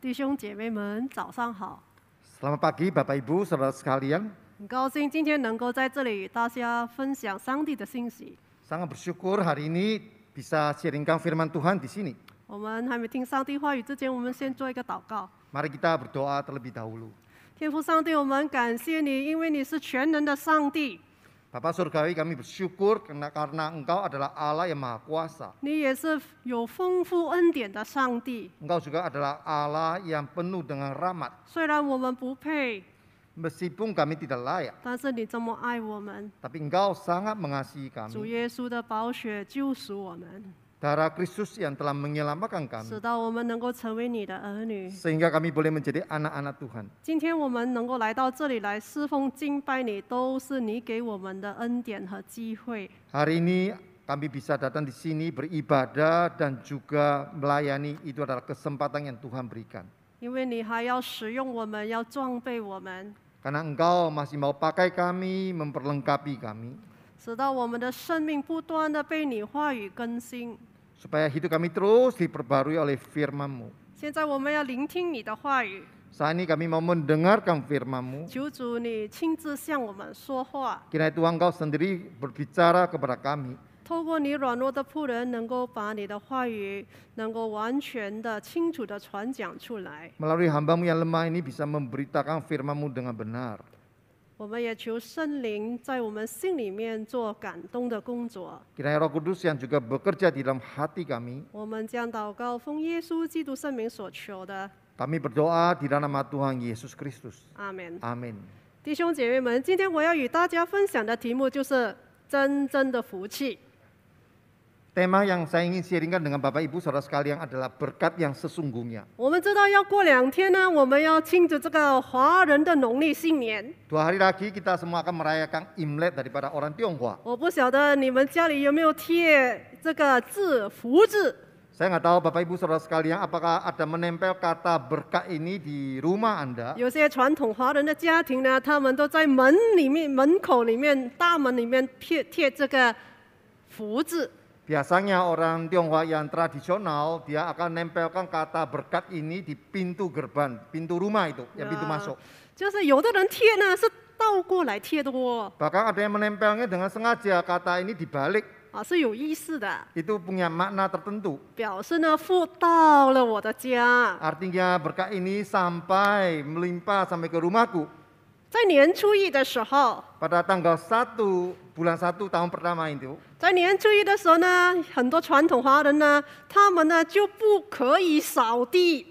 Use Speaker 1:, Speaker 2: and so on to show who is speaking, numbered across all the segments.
Speaker 1: 弟兄姐妹们，早上好！
Speaker 2: Selamat pagi Bapak Ibu, saudara sekalian.
Speaker 1: 很高兴今天能够在这里与大家分享上帝的信息。
Speaker 2: Sangat bersyukur hari ini bisa sharingkan firman Tuhan di sini.
Speaker 1: 我们还没听上帝话语之前，我们先做一个祷告。
Speaker 2: Mari kita berdoa terlebih dahulu.
Speaker 1: 天父上帝，我们感谢你，因为你是全能的上帝，
Speaker 2: Bapak Surgawi kami bersyukur karena, karena Engkau adalah Allah yang Maha Kuasa.
Speaker 1: 你也是有丰富恩典的上帝。
Speaker 2: Engkau juga adalah Allah yang penuh dengan rahmat.
Speaker 1: 虽然我们不配，
Speaker 2: Meskipun kami tidak layak,
Speaker 1: 但是你这么爱我们，
Speaker 2: tapi Engkau sangat mengasihi
Speaker 1: 主
Speaker 2: kami.
Speaker 1: 耶稣的宝血救赎我们，
Speaker 2: Darah Kristus yang telah menyelamatkan
Speaker 1: 使
Speaker 2: kami.
Speaker 1: 到我们能够成为你的儿女。
Speaker 2: Sehingga kami boleh menjadi anak-anak Tuhan.
Speaker 1: 今天我们能够来到这里来侍奉敬拜你，都是你给我们的恩典和机会。
Speaker 2: Hari ini kami bisa datang di sini beribadah dan juga melayani itu adalah kesempatan yang Tuhan berikan.
Speaker 1: 因为你还要使用我们，要装备我们，
Speaker 2: Karena Engkau masih mau pakai kami, memperlengkapi kami,
Speaker 1: 使到我们的生命不断的被你话语更新。
Speaker 2: supaya hidup kami terus diperbarui oleh firman-Mu.
Speaker 1: 现在我们要聆听你的话语，
Speaker 2: Saat ini kami mau mendengarkan firman-Mu.
Speaker 1: 求主你亲自向我们说话，
Speaker 2: Kiranya Tuhan Engkau sendiri berbicara kepada kami,
Speaker 1: 透过你软弱的仆人，能够把你的话语能够完全的、清楚的传讲出来。
Speaker 2: melalui hambamu yang lemah ini bisa memberitakan firman-Mu dengan benar.
Speaker 1: 我们也求圣灵在我们心里面做感动的工作。
Speaker 2: Kiranya Roh Kudus yang juga bekerja di dalam hati kami,
Speaker 1: 我们将祷告奉耶稣基督圣名所求的，
Speaker 2: kami berdoa di dalam nama Tuhan Yesus Kristus.
Speaker 1: 阿门。
Speaker 2: Amin.
Speaker 1: 弟兄姐妹们，今天我要与大家分享的题目就是真正的福气。
Speaker 2: Tema yang saya ingin sharingkan dengan Bapak Ibu saudara sekalian adalah berkat yang sesungguhnya.
Speaker 1: 我们知道要过两天呢，我们要庆祝这个华人的农历新年。
Speaker 2: Dua hari lagi kita semua akan merayakan Imlek daripada orang Tionghoa.
Speaker 1: 我不晓得你们家里有没有贴这个字“福”字。
Speaker 2: Saya nggak tahu Bapak Ibu saudara sekalian apakah ada menempel kata berkat ini di rumah Anda.
Speaker 1: 有些传统华人的家庭呢，他们都在门里面、门口里面、大门里面贴贴这个“福”字。
Speaker 2: Biasanya orang Tionghoa yang tradisional dia akan nempelkan kata berkat ini di pintu gerbang, pintu rumah itu, ya pintu masuk.
Speaker 1: 就是有的人贴呢是倒过来贴的哦，
Speaker 2: Bahkan ada yang menempelnya dengan sengaja kata ini dibalik.
Speaker 1: 啊是有意思的，
Speaker 2: Itu punya makna tertentu.
Speaker 1: 表示呢富到了我的家。
Speaker 2: Artinya berkat ini sampai melimpah sampai ke rumahku.
Speaker 1: 在年初一的时候，
Speaker 2: Pada tanggal 1 bulan 1 tahun pertama itu,
Speaker 1: 在年初一的时候呢，很多传统华人呢，他们呢就不可以扫地，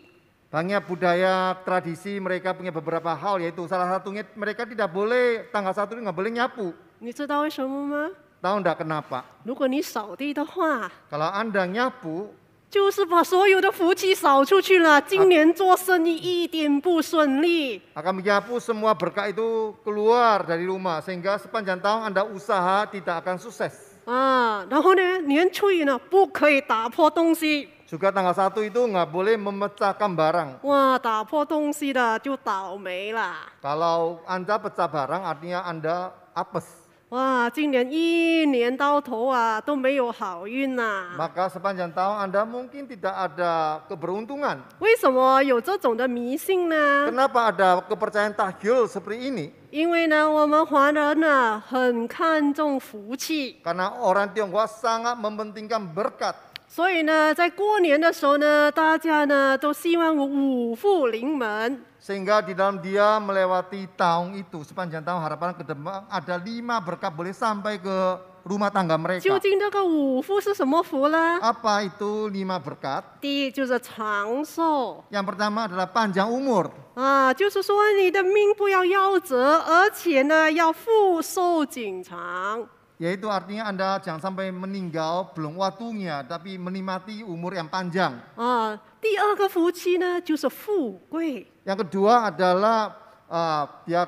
Speaker 2: banyak budaya tradisi mereka punya beberapa hal yaitu salah satunya mereka tidak boleh tanggal 1 itu nggak boleh nyapu.
Speaker 1: 你知道为什么吗？
Speaker 2: Tahu enggak kenapa?
Speaker 1: 如果你扫地的话，
Speaker 2: Kalau Anda nyapu,
Speaker 1: 就是把所有的福气扫出去了。今年做生意一点不顺利，
Speaker 2: akan menyapu semua berkah itu keluar dari rumah sehingga sepanjang tahun Anda usaha tidak akan sukses.
Speaker 1: 啊，然后呢，年初一呢不可以打破东西，
Speaker 2: Juga tanggal 1 itu nggak boleh memecahkan barang.
Speaker 1: 哇，打破东西的就倒霉啦！
Speaker 2: Kalau Anda pecah barang artinya Anda apes.
Speaker 1: 哇，今年一年到头啊都没有好运呐、
Speaker 2: Maka sepanjang tahun Anda mungkin tidak ada keberuntungan.
Speaker 1: 为什么有这种的迷信呢？
Speaker 2: Kenapa ada kepercayaan tahyul seperti ini?
Speaker 1: 因为呢，我们华人呢、很看重福气，
Speaker 2: Karena orang Tionghoa sangat mementingkan berkat.
Speaker 1: 所以呢，在过年的时候呢，大家呢都希望五福临门。
Speaker 2: Sehingga di dalam dia melewati tahun itu, sepanjang tahun harapan ke depan ada lima berkat boleh sampai ke rumah tangga
Speaker 1: 究
Speaker 2: mereka.
Speaker 1: 竟这个五福是什么福呢？
Speaker 2: Apa itu lima berkat?
Speaker 1: 第一就是长寿
Speaker 2: Yang pertama adalah panjang umur.
Speaker 1: 啊，就是说你的命不要夭折，而且呢要富寿锦长。
Speaker 2: Yaitu artinya Anda jangan sampai meninggal belum waktunya, tapi menikmati umur yang panjang.
Speaker 1: 啊，第二个福气呢，就是富贵。
Speaker 2: Yang kedua adalah eh, dia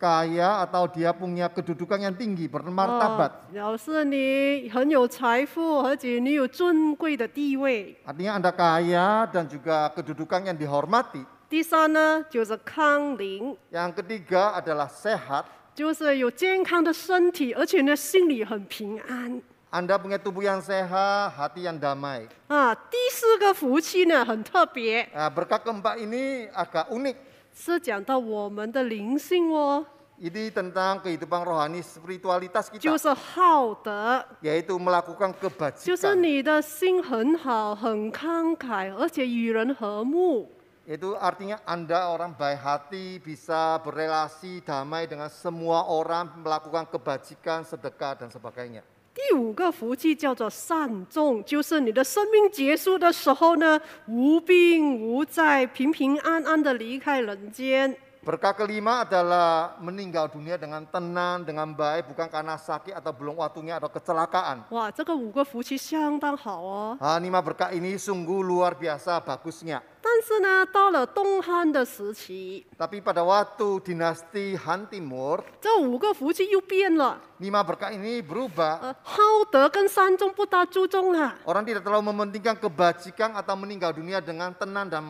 Speaker 2: kaya atau dia punya kedudukan yang tinggi bermartabat.
Speaker 1: 啊表示你很有财富，而且你有尊贵的地位。
Speaker 2: Artinya Anda kaya dan juga kedudukan yang dihormati.
Speaker 1: 第三呢，就是康宁，
Speaker 2: Yang ketiga adalah sehat.
Speaker 1: 就是有健康的身体，而且呢心里很平安。
Speaker 2: Anda punya tubuh yang sehat, hati yang damai.
Speaker 1: 啊，第四个福气呢很特别，
Speaker 2: Nah, berkat keempat ini agak unik.
Speaker 1: 是讲到我们的灵性哦，
Speaker 2: Ini tentang kehidupan rohani spiritualitas
Speaker 1: 就
Speaker 2: kita,
Speaker 1: 是好德，
Speaker 2: yaitu melakukan
Speaker 1: 就是
Speaker 2: kebajikan.
Speaker 1: 你的心很好，很慷慨，而且与人和睦。
Speaker 2: Itu artinya Anda orang baik hati bisa berelasi damai dengan semua orang, melakukan kebajikan, sedekah dan sebagainya.
Speaker 1: 第五个福气叫做善终，就是你的生命结束的时候呢，无病无灾，平平安安的离开人间。
Speaker 2: Berkah kelima adalah meninggal dunia dengan tenang, dengan baik, bukan karena sakit atau belum waktunya atau kecelakaan.
Speaker 1: 哇，这个五个福气相当好哦。
Speaker 2: Ah, lima berkah ini sungguh luar biasa bagusnya.
Speaker 1: 但是呢，到了东汉的时期，
Speaker 2: Tapi pada waktu dinasti Han Timur,
Speaker 1: 这五个福气又变了，
Speaker 2: lima berkah ini berubah.
Speaker 1: 呃，好德跟善终不大注重了，
Speaker 2: Orang tidak terlalu mementingkan kebajikan atau meninggal dunia dengan tenang dan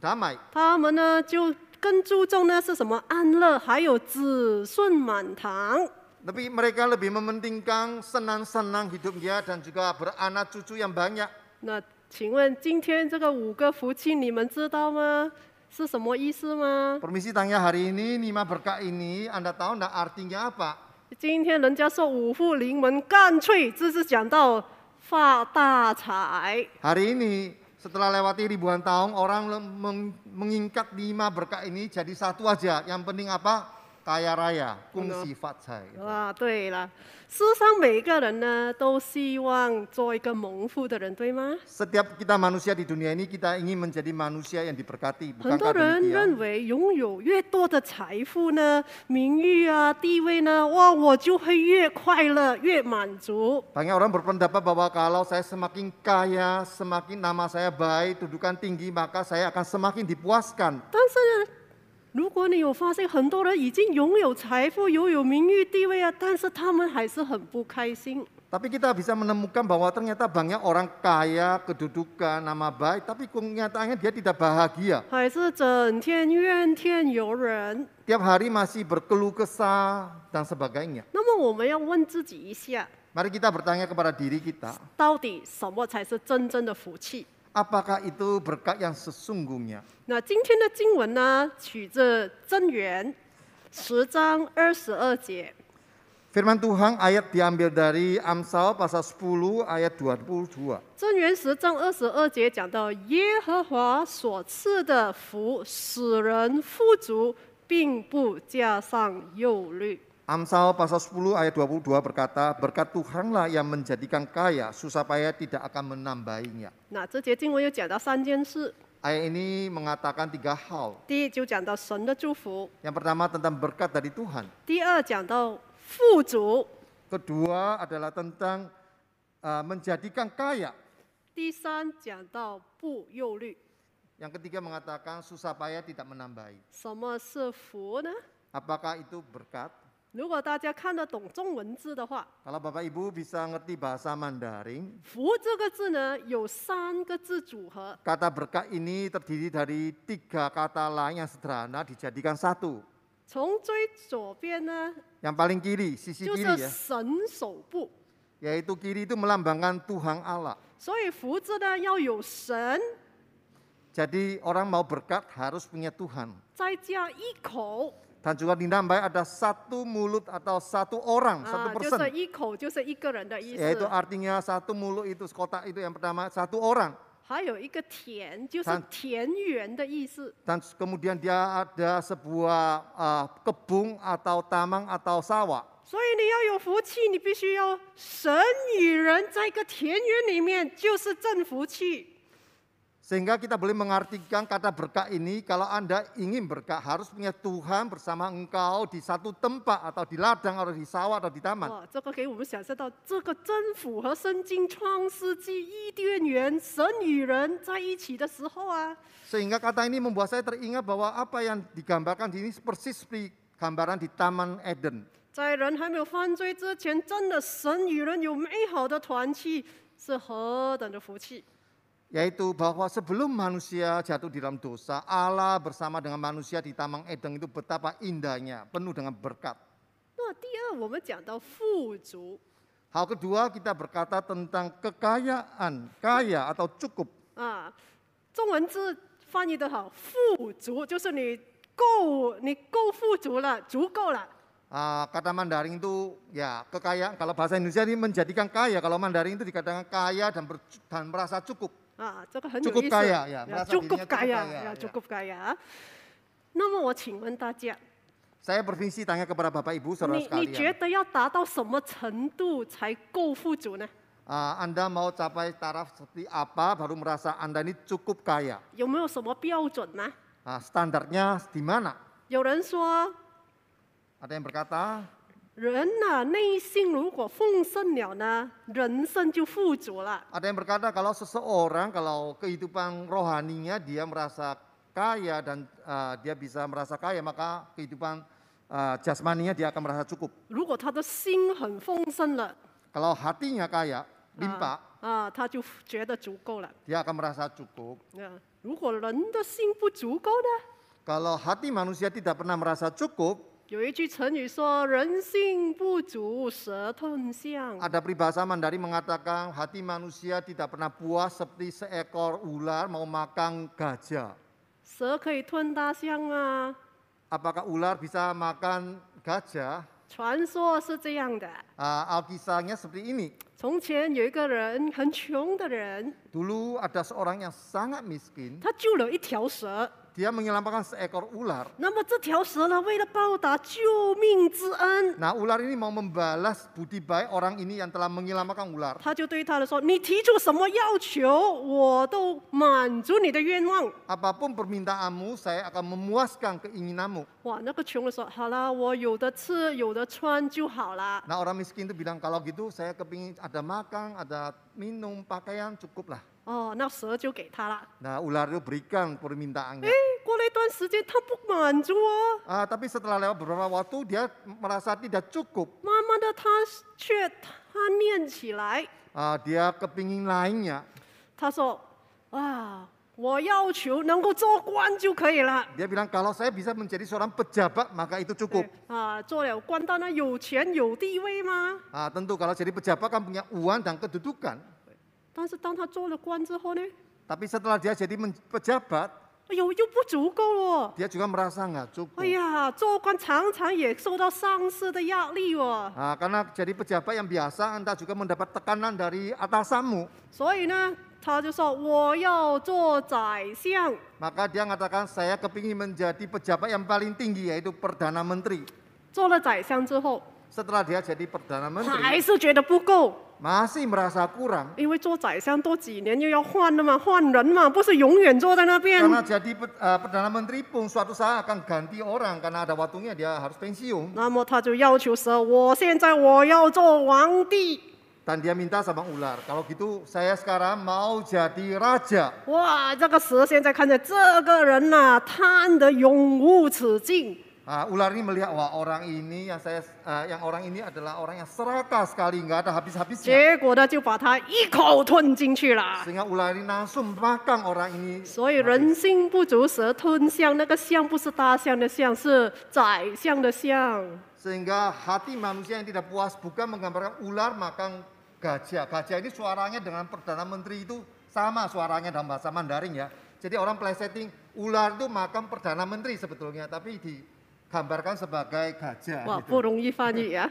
Speaker 2: damai.
Speaker 1: 他们呢就更注重呢是什么安乐，还有子孙满堂。
Speaker 2: Tapi mereka lebih mementingkan senang-senang hidupnya dan juga beranak cucu yang banyak.
Speaker 1: 那请问今天这个五个福气你们知道吗？是什么意思吗？
Speaker 2: Permisi tanya hari ini lima berkah ini Anda tahu enggak artinya apa?
Speaker 1: 今天人家说五福临门，干脆这是讲到发大财。
Speaker 2: Hari ini setelah lewati ribuan tahun orang lem- meng- mengingkat lima berkah ini jadi satu aja. Yang penting apa? Kaya raya, kungsi fatsai.
Speaker 1: 啊，对了，世上每个人呢都希望做一个蒙福的人，对吗？
Speaker 2: Setiap kita manusia di dunia ini kita ingin menjadi manusia yang diberkati,
Speaker 1: 很多
Speaker 2: bukankah
Speaker 1: 人
Speaker 2: demikian?
Speaker 1: 认为拥有越多的财富呢、名誉啊、地位呢，哇，我就会越快乐、越满足。
Speaker 2: Banyak orang berpendapat bahwa kalau saya semakin kaya, semakin nama saya baik, dudukan tinggi, maka saya akan semakin dipuaskan.
Speaker 1: 但是呢，如果你有发现，很多人已经拥有财富、拥有名誉、地位啊，但是他们还是很不开心。
Speaker 2: Tapi kita bisa menemukan bahwa ternyata banyak orang kaya, kedudukan, nama baik, tapi kenyataannya dia tidak bahagia.
Speaker 1: 还是整天怨天尤人。
Speaker 2: Tiap hari masih berkeluh kesah dan sebagainya.
Speaker 1: 那么我们要问自己一下，
Speaker 2: Mari kita bertanya kepada diri kita,
Speaker 1: 到底什么才是真正的福气？
Speaker 2: apakah itu berkat yang sesungguhnya?
Speaker 1: 那今天的经文呢，取自《真言》十章二十二节。
Speaker 2: Firman Tuhan ayat diambil dari Amsal pasal 10 ayat 22.
Speaker 1: 真言十章二十二节讲到，耶和华所赐的福使人富足，并不加上忧虑。
Speaker 2: Amsal pasal 10 ayat 22 berkata, berkat Tuhanlah yang menjadikan kaya, susah payah tidak akan menambahinya.
Speaker 1: 那这节经文又讲到三件事，
Speaker 2: Ayat ini mengatakan tiga hal.
Speaker 1: 第一就讲到神的祝福，
Speaker 2: Yang pertama tentang berkat dari Tuhan.
Speaker 1: 第二讲到富足，
Speaker 2: Kedua adalah tentang eh, menjadikan kaya.
Speaker 1: 第三讲到不忧虑。
Speaker 2: Yang ketiga mengatakan susah payah tidak menambahi.
Speaker 1: 什么是福呢？
Speaker 2: Apakah itu berkat?
Speaker 1: 如果大家看得懂中文字的话，
Speaker 2: Kalau Bapak Ibu bisa ngerti bahasa Mandarin,
Speaker 1: 福这个字呢有三个字组合，
Speaker 2: kata berkat ini terdiri dari tiga kata lain yang sederhana dijadikan satu.
Speaker 1: 从最左边呢
Speaker 2: Yang paling kiri, sisi
Speaker 1: 就是
Speaker 2: kiri ya.
Speaker 1: 神手部，
Speaker 2: Yaitu kiri itu melambangkan Tuhan Allah.
Speaker 1: 所以福字呢要有神，
Speaker 2: Jadi orang mau berkat harus punya Tuhan.
Speaker 1: 再加一口
Speaker 2: Dan juga dinambah ada satu mulut atau satu orang, satu
Speaker 1: 啊，就是
Speaker 2: persen.
Speaker 1: 一口就是一个人的意思
Speaker 2: Yaitu。artinya satu mulut itu kotak itu yang pertama satu orang.
Speaker 1: 还有一个田，就是
Speaker 2: 三
Speaker 1: 田园的意思。
Speaker 2: Dan kemudian dia ada sebuah eh, kebun atau taman atau sawah.
Speaker 1: 所以你要有福气，你必须要神与人在一个田园里面，就是正福气。
Speaker 2: Sehingga kita boleh mengartikan kata berkah ini kalau Anda ingin berkah harus punya Tuhan bersama engkau di satu tempat atau di ladang atau di sawah atau di taman.
Speaker 1: 哦哇，这个给我们想象到，这个真符合圣经创世纪伊甸园神与人在一起的时候啊。
Speaker 2: Sehingga kata ini membuat saya teringat bahwa apa yang digambarkan di ini persis seperti gambaran di Taman Eden.
Speaker 1: 在人还没有犯罪之前，真的神与人有美好的团契，是何等的福气！
Speaker 2: Yaitu bahwa sebelum manusia jatuh di dalam dosa, Allah bersama dengan manusia di Taman Eden itu betapa indahnya, penuh dengan berkat.
Speaker 1: 那第二，我们讲到富足，
Speaker 2: Hal kedua kita berkata tentang kekayaan, kaya atau cukup.
Speaker 1: 啊，中文字翻译得好，富足就是你够，你够富足了，足够了。
Speaker 2: Ah, kata Mandarin itu ya kekayaan. Kalau bahasa Indonesia ini menjadikan kaya. Kalau Mandarin itu dikatakan kaya dan, ber- dan merasa cukup.
Speaker 1: 啊，这个很有
Speaker 2: Cukup
Speaker 1: 意思。
Speaker 2: kaya, ya, merasa
Speaker 1: cukup
Speaker 2: dirinya cukup
Speaker 1: kaya，
Speaker 2: kaya,
Speaker 1: ya,
Speaker 2: ya.
Speaker 1: cukup kaya 啊。那么我请问大家，
Speaker 2: Saya berfungsi tanya kepada Bapak Ibu saudara
Speaker 1: 你你觉
Speaker 2: sekalian.
Speaker 1: 得要达到什么程度才够富足呢？
Speaker 2: Ah, anda mau capai taraf seperti apa baru merasa Anda ini cukup kaya.
Speaker 1: 有没有什么标准呢？
Speaker 2: Ah, standarnya di mana?
Speaker 1: 有人说，
Speaker 2: Ada yang berkata,
Speaker 1: 人呐、内心如果丰盛了呢，人生就富足了。
Speaker 2: ada yang berkata kalau seseorang kalau kehidupan rohaninya dia merasa kaya dan ah, dia bisa merasa kaya maka kehidupan ah, jasmaninya dia akan merasa cukup.
Speaker 1: 如果他的心很丰盛了，
Speaker 2: Kalau hatinya kaya, limpah,
Speaker 1: 啊，他就觉得足够了。
Speaker 2: dia akan merasa cukup.
Speaker 1: 啊，如果人的心不足够呢？
Speaker 2: Kalau hati manusia tidak pernah merasa cukup,
Speaker 1: 有一句成语说“人心不足蛇吞象
Speaker 2: ada peribahasa Mandarin mengatakan hati manusia tidak pernah puas seperti seekor ular mau makan gajah. ”，
Speaker 1: 蛇可以吞大象啊。
Speaker 2: Apakah ular bisa makan gajah?
Speaker 1: 传说是这样的：
Speaker 2: Ah, Alkisahnya seperti ini.
Speaker 1: 从前有一个人，很穷的人，
Speaker 2: Dulu ada seorang yang sangat miskin,
Speaker 1: 他救了一条蛇。
Speaker 2: dia menyelamatkan seekor ular.
Speaker 1: 那么这条蛇呢，为了报答救命之恩，
Speaker 2: Nah, ular ini mau membalas budi baik orang ini yang telah menyelamatkan ular.
Speaker 1: 他就对他的说：“你提出什么要求，我都满足你的愿望。
Speaker 2: Apapun permintaanmu, saya akan memuaskan keinginanmu. ”
Speaker 1: 哇，那个穷的说：“好啦，我有的吃，有的穿就好啦。”
Speaker 2: Nah orang miskin itu bilang kalau gitu saya kepingin ada makan, ada minum, pakaian cukup lah.
Speaker 1: 哦，那蛇就给他了。
Speaker 2: Nah ular itu berikan permintaannya.
Speaker 1: 哎，过了一段时间，他不满足哦，
Speaker 2: Ah, tapi setelah lewat beberapa waktu dia merasa tidak cukup.
Speaker 1: 慢慢的他却贪恋起来。
Speaker 2: Ah, dia kepingin lainnya.
Speaker 1: 他说：“啊，我要求能够做官就可以了。
Speaker 2: Dia bilang kalau saya bisa menjadi seorang pejabat maka itu cukup.
Speaker 1: 哎啊，做了官当然有钱有地位嘛。
Speaker 2: Ah, tentu kalau jadi pejabat kan punya uang dan kedudukan.
Speaker 1: 但是当他做了官之后呢，
Speaker 2: Tapi setelah dia jadi men- pejabat,
Speaker 1: 哎呦又不足够哦。
Speaker 2: dia juga merasa nggak cukup.
Speaker 1: 哎呀，做官常常也受到上司的压力哦。
Speaker 2: Ah, karena jadi pejabat yang biasa, anda juga mendapat tekanan dari atasanmu.
Speaker 1: 所以呢，他就说我要做宰相。”
Speaker 2: Maka dia mengatakan saya kepingin menjadi pejabat yang paling tinggi yaitu perdana menteri.
Speaker 1: 做了宰相之后，
Speaker 2: Setelah dia jadi perdana
Speaker 1: 还
Speaker 2: menteri
Speaker 1: 是觉得不够，
Speaker 2: masih merasa kurang
Speaker 1: 因为做宰相多几年又要换的嘛，换人嘛，不是永远坐在那边。
Speaker 2: karena jadi pe- eh, perdana menteri pun suatu saat akan ganti orang karena ada waktunya dia harus pensiun
Speaker 1: 那么他就要求蛇，我现在我要做皇帝。
Speaker 2: dan dia minta sama ular kalau gitu saya sekarang mau jadi raja.
Speaker 1: 哇，这个蛇现在看见这个人呐、贪得永无止境，
Speaker 2: Ah, ular ini melihat wah orang ini yang saya eh, yang orang ini adalah orang yang serakah sekali nggak ada habis-habisnya
Speaker 1: 结果呢就把他一口吞进去了。
Speaker 2: sehingga ular ini langsung makan orang ini.
Speaker 1: 所以人心不足蛇吞象，那个象不是大象的象，是宰相的相。
Speaker 2: 啊 Sehingga hati manusia yang tidak puas bukan menggambarkan ular makan gajah. Gajah ini suaranya dengan Perdana Menteri itu sama suaranya dalam bahasa Mandarin ya. Jadi orang pleseting ular itu makan Perdana Menteri sebetulnya tapi digambarkan sebagai gajah.
Speaker 1: 哇，
Speaker 2: gitu.
Speaker 1: 不容易翻译啊！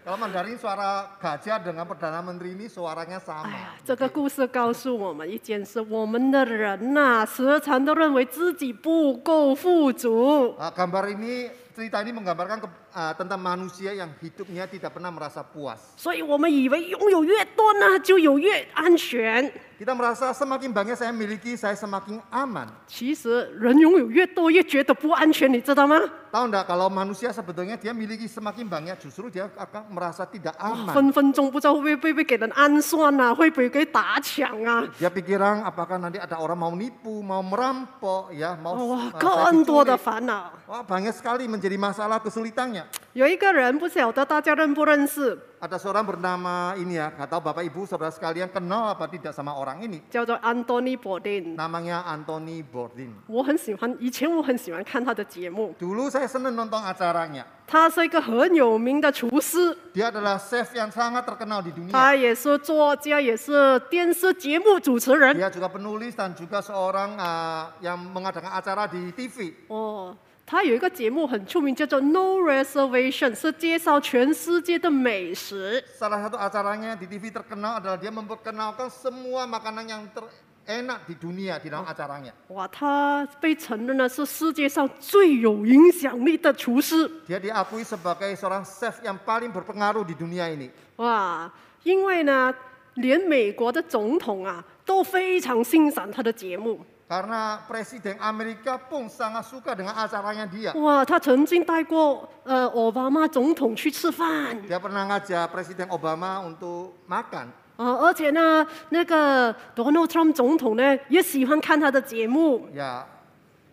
Speaker 2: Kalau Mandarin suara gajah dengan Perdana Menteri ini suaranya
Speaker 1: 哎呀
Speaker 2: sama.，
Speaker 1: 这个故事告诉我们一件事：我们的人呐、时常都认为自己不够富足，
Speaker 2: Ah, gambar ini cerita ini menggambarkan ke- ah, tentang manusia yang hidupnya tidak pernah merasa puas.
Speaker 1: 所以我们以为拥有越多呢，就有越安全。
Speaker 2: Kita merasa semakin banyak saya miliki, saya semakin aman.
Speaker 1: 其实人拥有越多，越觉得不安全，你知道吗？
Speaker 2: Tahu enggak kalau manusia sebetulnya dia miliki semakin banyak justru dia akan merasa tidak aman.
Speaker 1: 分分钟不知道会不会被给人暗算啊，会不会给打抢啊？
Speaker 2: Dia pikiran apakah nanti ada orang mau nipu, mau merampok ya, mau
Speaker 1: 哇，
Speaker 2: eh, saya
Speaker 1: 更多的
Speaker 2: diculik.
Speaker 1: 烦恼。
Speaker 2: Wah, banyak sekali menjadi masalah kesulitannya. banyak.
Speaker 1: 有一个人不晓得大家认不认识，
Speaker 2: Ada seorang bernama ini ya, nggak tahu Bapak Ibu saudara sekalian kenal apa tidak sama orang ini.
Speaker 1: 叫做 Anthony Bourdain。
Speaker 2: Namanya Anthony Bourdain.
Speaker 1: 我很喜欢，以前我很喜欢看他的节目。
Speaker 2: Dulu saya senang nonton acaranya.
Speaker 1: 他是一个很有名的厨师，
Speaker 2: Dia adalah chef yang sangat terkenal di dunia.
Speaker 1: 他也是作家，也是电视节目主持人。
Speaker 2: Dia juga penulis dan juga seorang eh, yang mengadakan acara di TV.
Speaker 1: 哦，他有一个节目很出名，叫做《No Reservation》，是介绍全世界的美食。
Speaker 2: Salah satu acaranya di TV terkenal adalah dia memperkenalkan semua makanan yang terenak di dunia di dalam acaranya.
Speaker 1: 哇，他被承认了是世界上最有影响力的厨师。
Speaker 2: Dia diakui sebagai seorang chef yang paling berpengaruh di dunia ini.
Speaker 1: 哇，因为呢，连美国的总统啊都非常欣赏他的节目。
Speaker 2: Karena Presiden Amerika pun sangat suka dengan acaranya dia.
Speaker 1: 哇，他曾经带过呃奥巴马总统去吃饭，
Speaker 2: Dia pernah ngajak Presiden Obama untuk makan.
Speaker 1: 呃，而且呢，那个 Donald Trump 总统呢也喜欢看他的节目。
Speaker 2: Ya,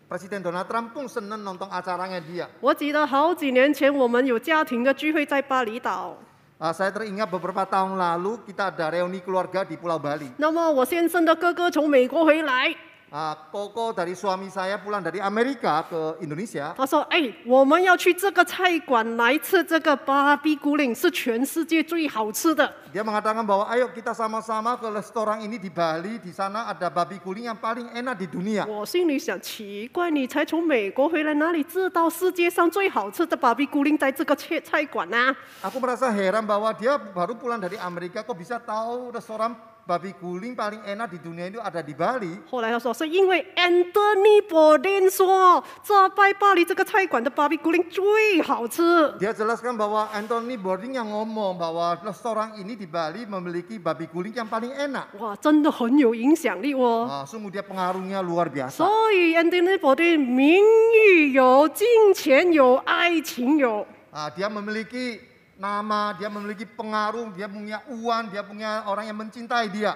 Speaker 2: Presiden Donald Trump pun senang nonton acaranya dia.
Speaker 1: 我记得好几年前我们有家庭的聚会在巴厘岛，
Speaker 2: Ah, saya teringat beberapa tahun lalu kita ada reuni keluarga di Pulau Bali.
Speaker 1: 那么我先生的哥哥从美国回来，
Speaker 2: Ah, Koko dari suami saya pulang dari Amerika ke Indonesia.
Speaker 1: 他说：“哎，我们要去这个菜馆来吃这个芭比古岭，是全世界最好吃的。
Speaker 2: Dia mengatakan bahwa ayo kita sama-sama ke restoran ini di Bali. Di sana ada babi guling yang paling enak di dunia. ”
Speaker 1: 我心里想：奇怪，你才从美国回来，哪里知道世界上最好吃的芭比古岭在这个菜菜馆啊呢、
Speaker 2: Aku merasa heran bahwa dia baru pulang dari Amerika kok bisa tahu restoran babi guling paling enak di dunia itu ada di Bali.
Speaker 1: 后来他说，是因为 Anthony Bourdain 说，这拜巴黎这个菜馆的 b 比 b 林最好吃。
Speaker 2: Dia jelaskan bahwa Anthony Bourdain yang ngomong bahwa restoran ini di Bali memiliki babi guling yang paling enak.
Speaker 1: 哇，真的很有影响力哦。
Speaker 2: Nah, sungguh dia pengaruhnya luar biasa.
Speaker 1: 所以 Anthony Bourdain 名誉有，金钱有，爱情有。
Speaker 2: Nah, dia memiliki nama, dia memiliki pengaruh, dia punya uang, dia punya orang yang mencintai dia.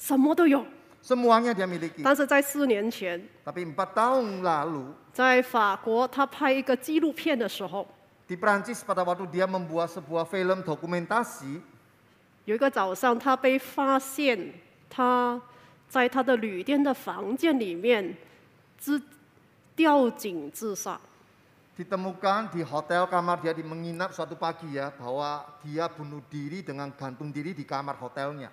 Speaker 1: 什么都有，
Speaker 2: Semuanya dia miliki.
Speaker 1: 但是在四年前，
Speaker 2: Tapi empat tahun lalu
Speaker 1: 在法国，他拍一个纪录片的时候，
Speaker 2: di Prancis pada waktu dia membuat sebuah film dokumentasi
Speaker 1: 有一个早上，他被发现他在他的旅店的房间里面自吊颈自杀。
Speaker 2: ditemukan di hotel kamar dia di menginap suatu pagi ya bahwa dia bunuh diri dengan gantung diri di kamar hotelnya.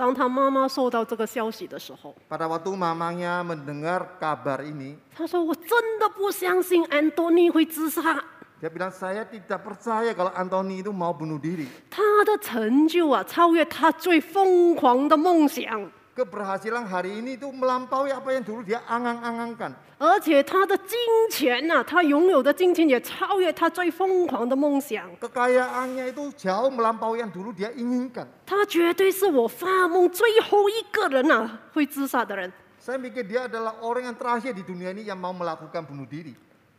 Speaker 1: 当他妈妈收到这个消息的时候，
Speaker 2: Pada waktu mamanya mendengar kabar ini,
Speaker 1: 她说：“我真的不相信安东尼会自杀，
Speaker 2: dia bilang saya tidak percaya kalau Anthony itu mau bunuh diri.
Speaker 1: 他的成就啊，超越他最疯狂的梦想，
Speaker 2: Keberhasilan hari ini itu melampaui apa yang dulu dia angang-angangkan.
Speaker 1: 而且他的金钱呐、他拥有的金钱也超越他最疯狂的梦想。
Speaker 2: Kekayaannya itu jauh melampaui yang dulu dia inginkan.
Speaker 1: 他绝对是我发梦最后一个人呐、会自杀的人。
Speaker 2: Saya pikir dia adalah orang yang terakhir di dunia ini yang mau melakukan bunuh diri. ”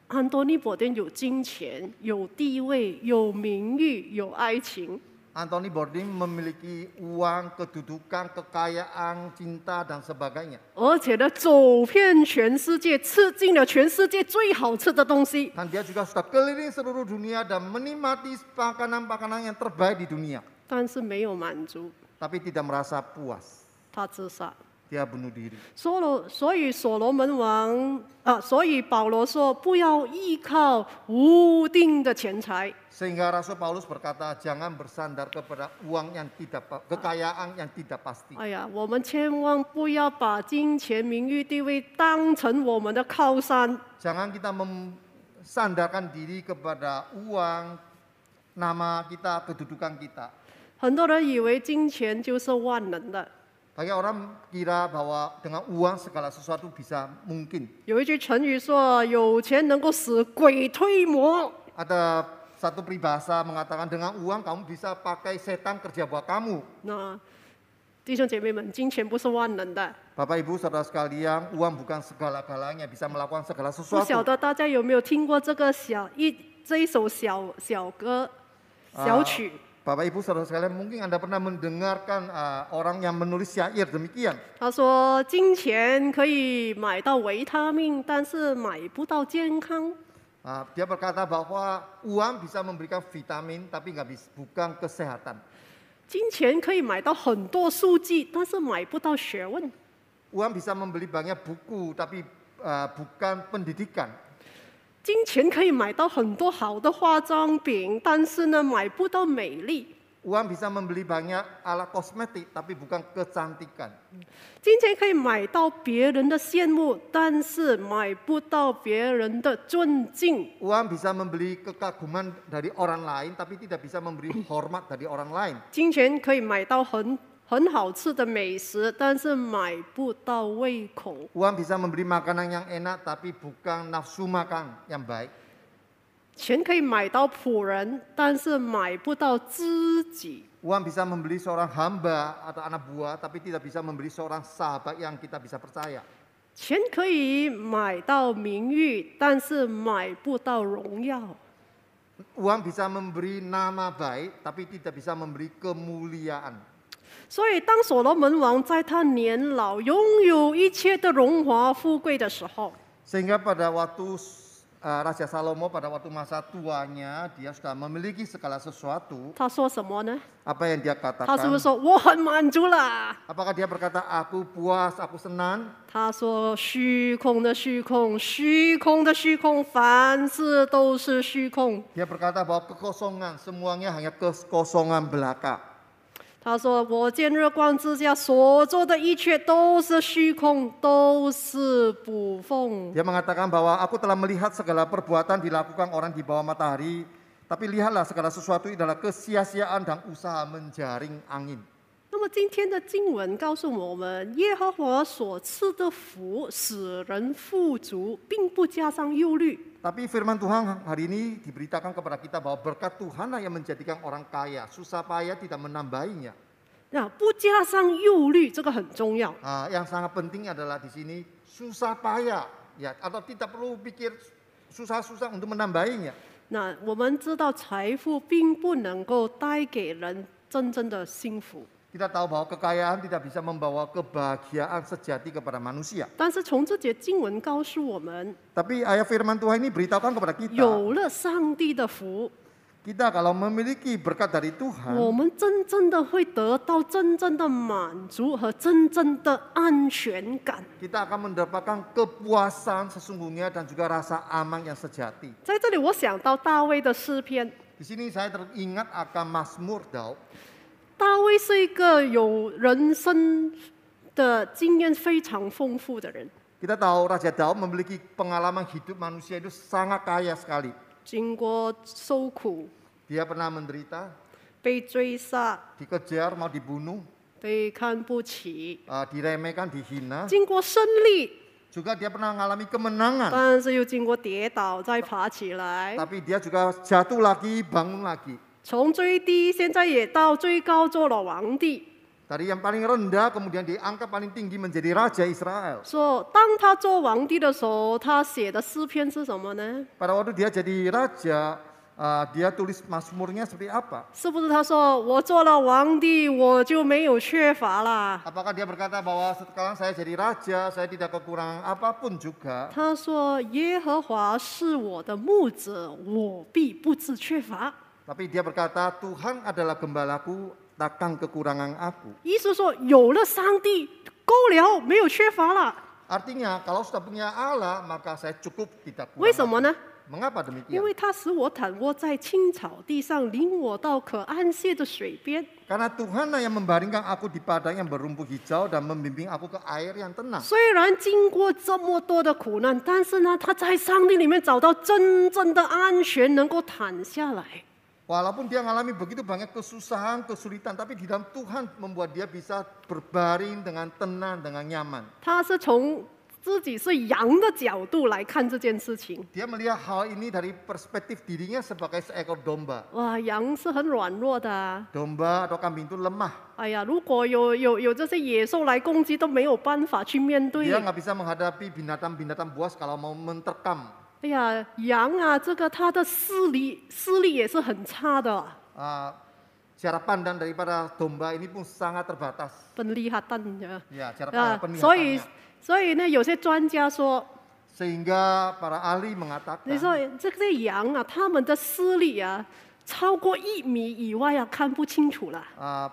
Speaker 1: 安东尼·伯顿有金钱、有地位、有名誉、有爱情，
Speaker 2: Anthony Bourdain memiliki uang, kedudukan, kekayaan, cinta dan sebagainya.
Speaker 1: 而且呢，走遍全世界，吃尽了全世界最好吃的东西。
Speaker 2: Dan dia juga sudah keliling seluruh dunia dan menikmati makanan-makanan yang terbaik di dunia.
Speaker 1: 但是没有满足，
Speaker 2: Tapi tidak merasa puas.
Speaker 1: 他自杀。
Speaker 2: Dia bunuh diri.
Speaker 1: 所罗，所以所罗门王啊，所以保罗说，不要依靠无定的钱财，
Speaker 2: Sehingga Rasul Paulus berkata, jangan bersandar kepada uang yang tidak, pa- kekayaan yang tidak pasti.
Speaker 1: 哎呀，我们千万不要把金钱、名誉、地位当成我们的靠山。
Speaker 2: Jangan kita mesandarkan diri kepada uang, nama kita, kedudukan kita.
Speaker 1: 很多人以为金钱就是万能的。
Speaker 2: Banyak orang kira bahwa dengan uang segala sesuatu bisa mungkin.
Speaker 1: 有一句成语说：“有钱能够使鬼推磨。
Speaker 2: Ada satu peribahasa mengatakan dengan uang kamu bisa pakai setan kerja buat kamu. ”
Speaker 1: 那弟兄姐妹们，金钱不是万能的。
Speaker 2: Bapak Ibu Saudara sekalian, uang bukan segala-galanya bisa melakukan segala
Speaker 1: 不晓
Speaker 2: sesuatu.
Speaker 1: 得大家有没有听过这个小一这一首小小歌小曲？
Speaker 2: Bapak Ibu Saudara sekalian, mungkin Anda pernah mendengarkan eh, orang yang menulis syair demikian.
Speaker 1: 他说：“金钱可以买到维他命，但是买不到健康。
Speaker 2: Ah, dia berkata bahwa uang bisa memberikan vitamin tapi nggak bisa bukan kesehatan.
Speaker 1: 金钱可以买到很多书籍，但是买不到学问。
Speaker 2: Uang bisa membeli banyak buku tapi eh, bukan pendidikan.
Speaker 1: 金钱可以买到很多好的化妆品，但是呢，买不到美丽。
Speaker 2: Uang bisa membeli banyak alat kosmetik tapi bukan kecantikan.
Speaker 1: 金钱可以买到别人的羡慕，但是买不到别人的尊敬。
Speaker 2: Uang bisa membeli kekaguman dari orang lain tapi tidak bisa memberi hormat dari orang lain.
Speaker 1: 金钱可以买到很很好吃的美食，但是买不到胃口。
Speaker 2: Uang bisa membeli makanan yang enak tapi bukan nafsu makan yang baik.
Speaker 1: 钱可以买到仆人，但是买不到知己。
Speaker 2: Uang bisa membeli seorang hamba atau anak buah tapi tidak bisa membeli seorang sahabat yang kita bisa percaya.
Speaker 1: 钱可以买到名誉，但是买不到荣耀。
Speaker 2: Uang bisa memberi nama baik tapi tidak bisa memberi kemuliaan.
Speaker 1: 所以，当所罗门王在他年老、拥有一切的荣华富贵的时候，
Speaker 2: Sehingga pada waktu eh, Raja Salomo pada waktu masa tuanya dia sudah memiliki segala sesuatu.
Speaker 1: 他说什么呢？
Speaker 2: Apa yang dia
Speaker 1: 他是不是
Speaker 2: katakan?
Speaker 1: 说我很满足啦？
Speaker 2: Apakah dia berkata aku puas, aku senang?
Speaker 1: 他说：“虚空的虚空，虚空的虚空，凡事都是虚空。
Speaker 2: Dia berkata bahwa kekosongan semuanya hanya kekosongan belaka. ”
Speaker 1: 他说：“我见日光之下所做的一切都是虚空，都是捕风。
Speaker 2: Dia mengatakan bahwa aku telah melihat segala perbuatan dilakukan orang di bawah matahari, tapi lihatlah segala sesuatu itu adalah kesia-siaan dan usaha menjaring angin. ”
Speaker 1: 那么今天的经文告诉我们，耶和华所赐的福使人富足，并不加上忧虑。
Speaker 2: Tapi firman Tuhan hari ini diberitakan kepada kita bahwa berkat Tuhanlah yang menjadikan orang kaya, susah payah tidak menambahinya.
Speaker 1: 那不加上忧虑，这个很重要。
Speaker 2: Ah, yang sangat penting adalah di sini susah payah ya atau tidak perlu pikir susah-susah untuk menambahinya.
Speaker 1: 那我们知道，财富并不能够带给人真正的幸福。
Speaker 2: Kita tahu bahwa kekayaan tidak bisa membawa kebahagiaan sejati kepada manusia.
Speaker 1: 但是从这节经文告诉我们，
Speaker 2: Tapi ayat firman Tuhan ini beritahukan kepada kita,
Speaker 1: 有了上帝的福，
Speaker 2: kita kalau memiliki berkat dari
Speaker 1: 我
Speaker 2: Tuhan,
Speaker 1: 们真正的会得到真正的满足和真正的安全感。
Speaker 2: kita akan mendapatkan kepuasan sesungguhnya dan juga rasa aman yang sejati.
Speaker 1: 在这里，我想到大卫的诗篇。
Speaker 2: Di sini saya teringat akan Mazmur Daud.
Speaker 1: 大卫是一个有人生的经验非常丰富的人，
Speaker 2: Kita tahu Raja Daud memiliki pengalaman hidup manusia itu sangat kaya sekali.
Speaker 1: 经过受苦、
Speaker 2: Dia pernah menderita,
Speaker 1: 被追杀、
Speaker 2: dikejar, mau dibunuh,
Speaker 1: 被看不起，
Speaker 2: eh, diremehkan, dihina.
Speaker 1: 经过胜利，
Speaker 2: Juga dia pernah mengalami kemenangan.
Speaker 1: 但是又经过跌倒再爬起来。
Speaker 2: Tapi dia juga jatuh lagi, bangun lagi.
Speaker 1: 从最低，现在也到最高做了皇帝。
Speaker 2: Dari yang paling rendah kemudian diangkat paling tinggi menjadi raja Israel.
Speaker 1: 说、当他做皇帝的时候，他写的诗篇是什么呢？
Speaker 2: Pada waktu dia jadi raja, eh, dia tulis mazmurnya seperti apa?
Speaker 1: 是不是他说我做了皇帝，我就没有缺乏啦？
Speaker 2: Apakah dia berkata bahwa sekarang saya jadi raja, saya tidak kekurangan apapun juga?
Speaker 1: 他说耶和华是我的牧者，我必不致缺乏。
Speaker 2: Tapi dia berkata, Tuhan adalah gembalaku, takkan kekurangan aku.
Speaker 1: 意思说有了上帝够了，没有缺乏了。
Speaker 2: Artinya, kalau sudah punya Allah, maka saya cukup tidak
Speaker 1: 为什
Speaker 2: kurang.
Speaker 1: 么呢？
Speaker 2: Mengapa
Speaker 1: 因
Speaker 2: demikian?
Speaker 1: 为他使我躺卧在青草地上，领我到可安歇的水边。
Speaker 2: Karena Tuhanlah yang membaringkan aku di padang yang berrumput hijau dan membimbing aku ke air yang tenang.
Speaker 1: 虽然经过这么多的苦难，但是呢，他在上帝里面找到真正的安全，能够躺下来。
Speaker 2: Walaupun dia mengalami begitu banyak kesusahan, kesulitan, tapi di dalam Tuhan membuat dia bisa berbaring dengan tenang, dengan nyaman.
Speaker 1: 他是从自己是羊的角度来看这件事情。
Speaker 2: Dia melihat hal ini dari perspektif dirinya sebagai seekor domba.
Speaker 1: 哇，羊是很软弱的、啊。
Speaker 2: Domba atau kambing itu lemah.
Speaker 1: 哎呀，如果有有有这些野兽来攻击，都没有办法去面对
Speaker 2: Dia。nggak bisa menghadapi binatang-binatang buas kalau mau menterkam.
Speaker 1: 哎呀，羊啊，这个它的视力视力也是很差的、啊，
Speaker 2: Ah, jarak pandang daripada domba ini pun sangat terbatas.
Speaker 1: 本厉害蛋的。
Speaker 2: Ya, jarak
Speaker 1: 啊，
Speaker 2: pandang
Speaker 1: 所以
Speaker 2: penglihatannya.
Speaker 1: 所以呢，有些专家说，
Speaker 2: Sehingga para ahli mengatakan
Speaker 1: 你说这些羊啊，它们的视力啊，超过一米以外啊，看不清楚了。
Speaker 2: ah,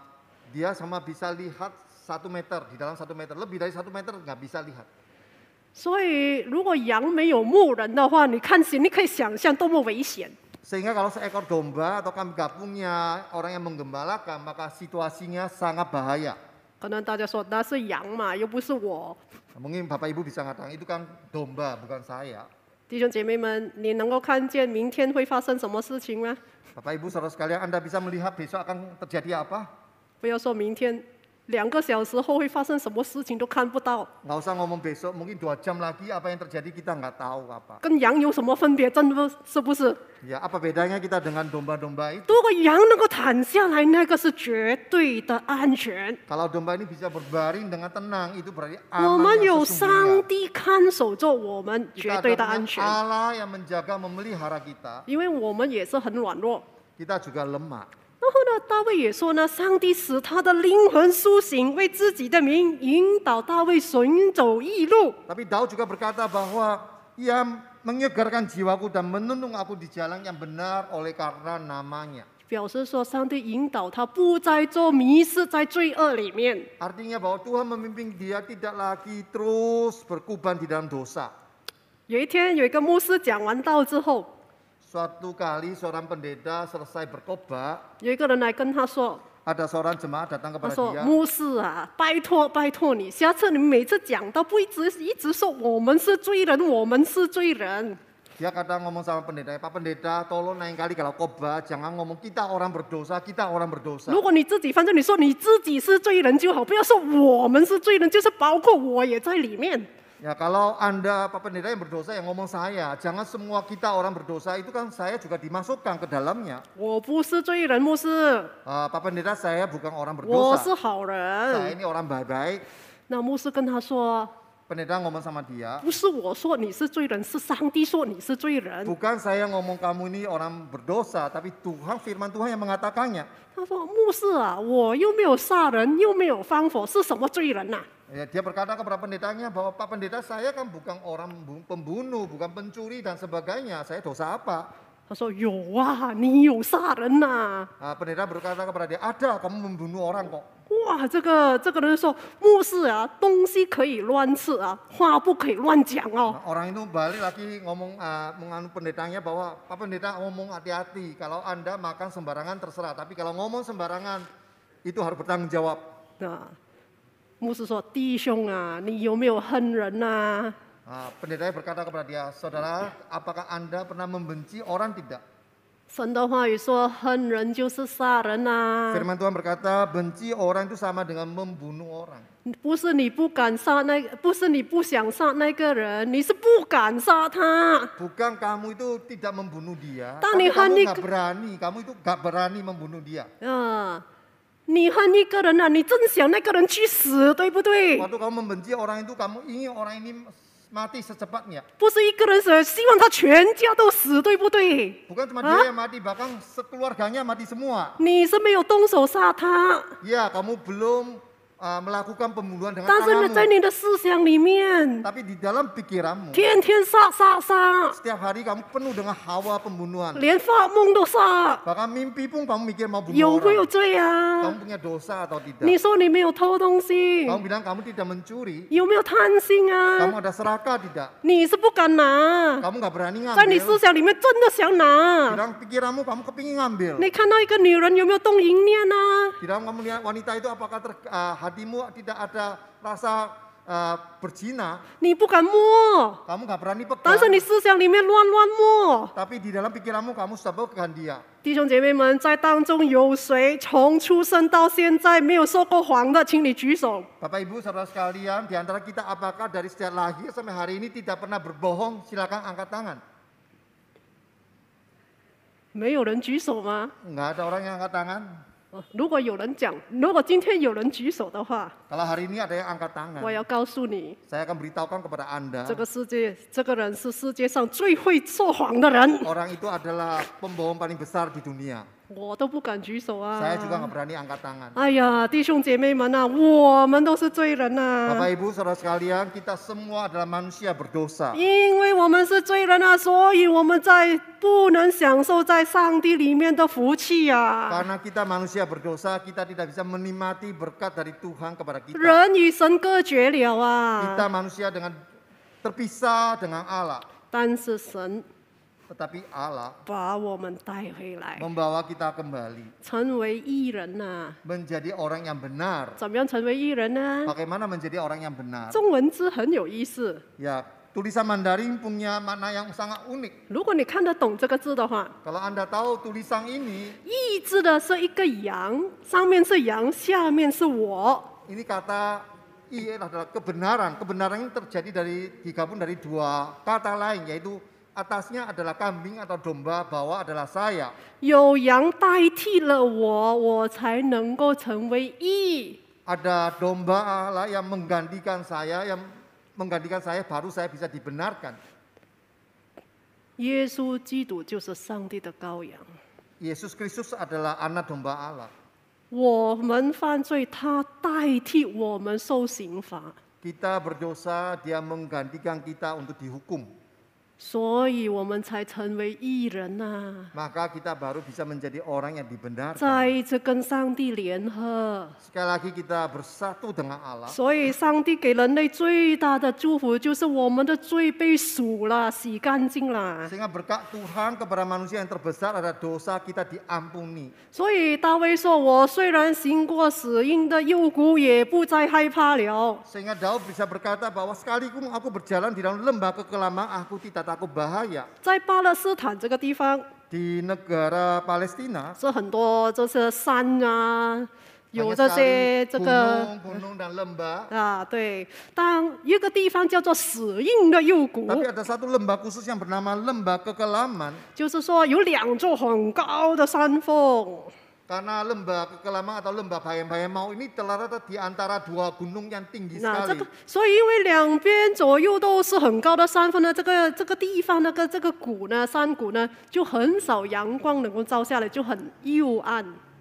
Speaker 2: dia sama bisa lihat satu meter di dalam satu meter lebih dari satu meter nggak bisa lihat.
Speaker 1: 所以，如果羊没有牧人的话，你看行，你可以想象多么危险。
Speaker 2: Sehingga kalau seekor domba atau kambing gabungnya orang yang menggembalakan maka situasinya sangat bahaya.
Speaker 1: 可能大家说那是羊嘛，又不是我。
Speaker 2: Mungkin Bapak Ibu bisa ngatakan itu kan domba bukan saya.
Speaker 1: 弟兄姐妹们，你能够看见明天会发生什么事情吗？
Speaker 2: Bapak Ibu saudara sekalian Anda bisa melihat besok akan terjadi apa?
Speaker 1: 不要说明天，两个小时后会发生什么事情都看不到，
Speaker 2: Nggak usah ngomong besok, mungkin dua jam lagi apa yang terjadi kita nggak tahu apa.
Speaker 1: 跟羊有什么分别？真的是不是？
Speaker 2: Ya apa bedanya kita dengan domba-domba itu?
Speaker 1: 如果羊能够躺下来，那个是绝对的安全。
Speaker 2: Kalau domba ini bisa berbaring dengan tenang itu berarti
Speaker 1: 我
Speaker 2: aman
Speaker 1: 们
Speaker 2: yang
Speaker 1: 有上
Speaker 2: sesungguhnya.
Speaker 1: 帝看守着我们，绝
Speaker 2: Kita
Speaker 1: 对的
Speaker 2: ada
Speaker 1: 安
Speaker 2: punya
Speaker 1: 全，
Speaker 2: Allah yang menjaga memelihara kita.
Speaker 1: 因为我们也是很软弱。
Speaker 2: Kita juga lemah.
Speaker 1: 然后呢，大卫也说呢，上帝使他的灵魂苏醒，为自己的名引导大卫寻走义路。
Speaker 2: Tapi Daud juga berkata bahwa ia menyegarkan jiwaku dan menuntung aku di jalan yang benar oleh karena namanya.
Speaker 1: 表示说，上帝引导他不再做迷失在罪恶里面。
Speaker 2: Artinya bahwa Tuhan memimpin dia tidak lagi terus berkuban di dalam dosa.
Speaker 1: 有一天，有一个牧师讲完道之后，
Speaker 2: Suatu kali seorang pendeta selesai berkobar,
Speaker 1: 有一个人来跟他说
Speaker 2: ada seorang jemaat
Speaker 1: 他
Speaker 2: datang：“ kepada
Speaker 1: 说，
Speaker 2: dia.
Speaker 1: 牧师啊，拜托拜托你，下次你每次讲到不一直一直说我们是罪人，我们是罪人。
Speaker 2: Dia kata ngomong sama pendeta, "Eh, Pak pendeta tolong lain kali kalau khotbah jangan ngomong kita orang berdosa, kita orang berdosa.
Speaker 1: 如果你自己反正你说你自己是罪人就好，不要说我们是罪人，就是包括我也在里面。
Speaker 2: Ya kalau Anda Pak Pendeta yang berdosa yang ngomong saya, jangan semua kita orang berdosa itu kan saya juga dimasukkan ke dalamnya.
Speaker 1: 我不是罪人，牧师，
Speaker 2: Eh, Pak Pendeta saya bukan orang
Speaker 1: 我是
Speaker 2: berdosa.
Speaker 1: 好
Speaker 2: Saya
Speaker 1: 人。
Speaker 2: ini orang baik-baik.
Speaker 1: 那牧师跟他说，
Speaker 2: Pendeta ngomong sama dia,
Speaker 1: 不是我说你是罪人，是上帝说你是罪人。
Speaker 2: bukan saya ngomong kamu ini orang berdosa, tapi Tuhan firman Tuhan yang mengatakannya.
Speaker 1: 他说：“牧师啊，我又没有杀人，又没有放火，是什么罪人呐、啊
Speaker 2: Ya, dia berkata kepada pendetanya bahwa Pak Pendeta saya kan bukan orang bu- pembunuh, bukan pencuri dan sebagainya. Saya dosa apa?
Speaker 1: 他说：“有啊，你有杀人呐、啊
Speaker 2: Nah, pendeta berkata kepada dia, ada kamu membunuh orang kok.
Speaker 1: 哇，这个这个人说：“牧师啊，东西可以乱吃啊，话不可以乱讲哦。
Speaker 2: Nah, orang itu balik lagi ngomong eh, menganu pendetanya bahwa Pak Pendeta ngomong hati-hati kalau Anda makan sembarangan terserah, tapi kalau ngomong sembarangan itu harus bertanggung jawab. ”
Speaker 1: 啊，牧师说：“弟兄啊，你有没有恨人啊呐、
Speaker 2: Nah, pendetanya berkata kepada dia, "Saudara, apakah Anda pernah membenci orang tidak?"
Speaker 1: 神的话语说：“恨人就是杀人啊呐、
Speaker 2: Firman Tuhan berkata, "Benci orang itu sama dengan membunuh orang."
Speaker 1: 不是你不敢杀那，不是你不想杀那个人，你是不敢杀他。”
Speaker 2: Bukan kamu itu tidak membunuh dia,
Speaker 1: Tani
Speaker 2: tapi kamu
Speaker 1: Hani-
Speaker 2: nggak berani, kamu itu nggak berani membunuh dia.
Speaker 1: 嗯，你恨一个人啊，你真想那个人去死，对不对？
Speaker 2: Waktu kamu membenci orang itu, kamu ingin orang ini mati secepatnya.
Speaker 1: 不是一个人死，希望他全家都死，对不对？
Speaker 2: Bukan cuma
Speaker 1: Hah?
Speaker 2: dia yang mati, bahkan sekeluarganya mati semua.
Speaker 1: 你是没有动手杀他，
Speaker 2: Ya, kamu belum uh, melakukan pembunuhan dengan
Speaker 1: 但是呢，在
Speaker 2: tanganmu.
Speaker 1: 你的思想里面，
Speaker 2: Tapi di dalam pikiranmu,
Speaker 1: 天天杀杀杀，
Speaker 2: setiap hari kamu penuh dengan hawa pembunuhan.
Speaker 1: 连发梦都杀，
Speaker 2: Bahkan mimpi pun kamu mikir mau bunuh
Speaker 1: 有没有
Speaker 2: orang.
Speaker 1: 罪
Speaker 2: Kamu
Speaker 1: 啊？
Speaker 2: punya dosa atau
Speaker 1: 你
Speaker 2: tidak.
Speaker 1: 说你没有偷东西，
Speaker 2: Kamu bilang kamu tidak mencuri.
Speaker 1: 有没有贪心
Speaker 2: Kamu
Speaker 1: 啊？
Speaker 2: ada serakah tidak.
Speaker 1: 你是不敢拿，
Speaker 2: Kamu nggak berani
Speaker 1: 在你思
Speaker 2: ngambil.
Speaker 1: 想里面真的想拿。
Speaker 2: Dalam pikiranmu kamu kepingin ngambil.
Speaker 1: 你看到一个女人有没有动淫念啊？
Speaker 2: Di dalam kamu lihat wanita itu apakah ter- uh, hatimu tidak ada rasa uh, berzina.
Speaker 1: 你不敢摸，
Speaker 2: Kamu nggak berani
Speaker 1: 但是
Speaker 2: pegang.
Speaker 1: 你思想里面乱乱摸。
Speaker 2: Tapi di dalam pikiranmu kamu sebabkan dia.
Speaker 1: 弟兄姐妹们，在当中有谁从出生到现在没有说过谎的，请你举手。
Speaker 2: Bapak Ibu saudara sekalian, di antara kita apakah dari sejak lahir sampai hari ini tidak pernah berbohong? Silakan angkat tangan.
Speaker 1: 没有人举手吗？
Speaker 2: Enggak ada orang yang angkat tangan.
Speaker 1: 呃如果有人讲，如果今天有人举手的话，
Speaker 2: Kalau hari ini ada yang angkat tangan,
Speaker 1: 我要告诉你，
Speaker 2: saya akan beritahukan kepada Anda,
Speaker 1: 这个世界，这个人是世界上最会说谎的人。
Speaker 2: orang itu adalah pembohong paling besar di dunia.
Speaker 1: 我都不敢举手啊。
Speaker 2: Saya juga nggak berani angkat tangan.
Speaker 1: 哎呀，弟兄姐妹们呐、啊我们都是罪人啊呐、
Speaker 2: Bapak Ibu saudara sekalian, kita semua adalah manusia berdosa.
Speaker 1: 因为我们是罪人啊，所以我们在不能享受在上帝里面的福气呀、啊。
Speaker 2: Karena kita manusia berdosa, kita tidak bisa menikmati berkat dari Tuhan kepada kita.
Speaker 1: 人与神隔绝了啊
Speaker 2: Kita，manusia dengan terpisah dengan Allah,
Speaker 1: 但是神
Speaker 2: tetapi Allah
Speaker 1: 把我们带回来，
Speaker 2: membawa kita kembali
Speaker 1: 成为艺人啊呐、
Speaker 2: menjadi orang yang benar.
Speaker 1: 怎么样成为艺人呢？
Speaker 2: Bagaimana menjadi orang yang benar?
Speaker 1: 中文字很有意思，
Speaker 2: Ya, tulisan Mandarin punya makna yang sangat unik.
Speaker 1: 如果你看得懂这个字的话，
Speaker 2: Kalau Anda tahu tulisan ini,
Speaker 1: 意字的是一个羊，上面是羊，下面是我。
Speaker 2: ini kata I adalah kebenaran. Kebenaran ini terjadi dari digabung dari dua kata lain yaitu atasnya adalah kambing atau domba, bawah adalah saya.
Speaker 1: 有羊代替了我，我才能够成为义。
Speaker 2: Ada domba Allah yang menggantikan saya, yang menggantikan saya baru saya bisa dibenarkan.
Speaker 1: 耶稣基督就是上帝的羔羊。
Speaker 2: Yesus Kristus adalah anak domba Allah.
Speaker 1: 我们犯罪，他代替我们受刑罚，
Speaker 2: Kita berdosa, dia menggantikan kita untuk dihukum.
Speaker 1: 所以我们才成为义人呐、
Speaker 2: Maka kita baru bisa menjadi orang yang dibenarkan.
Speaker 1: 再一次跟上帝联合，
Speaker 2: Sekali lagi kita bersatu dengan Allah.
Speaker 1: 所以上帝给人类最大的祝福就是我们的罪被数了，洗干净了。
Speaker 2: Sehingga berkat Tuhan kepada manusia yang terbesar ada dosa kita diampuni.
Speaker 1: 所以大卫说：“我虽然行过死荫的幽谷，也不再害怕了。”
Speaker 2: Sehingga Daud bisa berkata bahwa sekalipun aku berjalan di dalam lembah kekelaman, aku tidak takut bahaya.
Speaker 1: 在巴勒斯坦这个地方
Speaker 2: Di negara Palestina,
Speaker 1: 是很多这些山啊，有
Speaker 2: banyak
Speaker 1: 这
Speaker 2: sekali
Speaker 1: 些这个
Speaker 2: gunung-gunung dan lembah.
Speaker 1: 啊，对。当一个地方叫做死荫的幽谷，
Speaker 2: Tapi ada satu lembah khusus yang bernama lembah kekelaman.
Speaker 1: 就是说有两座很高的山峰，
Speaker 2: Karena lembah kekelaman atau lembah bayam-bayam mau ini terletak di antara dua gunung yang tinggi
Speaker 1: 那这
Speaker 2: sekali.
Speaker 1: 个，所以因为两边左右都是很高的山峰呢，这个这个地方那个这个谷呢，山谷呢，就很少阳光能够照下来，就很幽暗。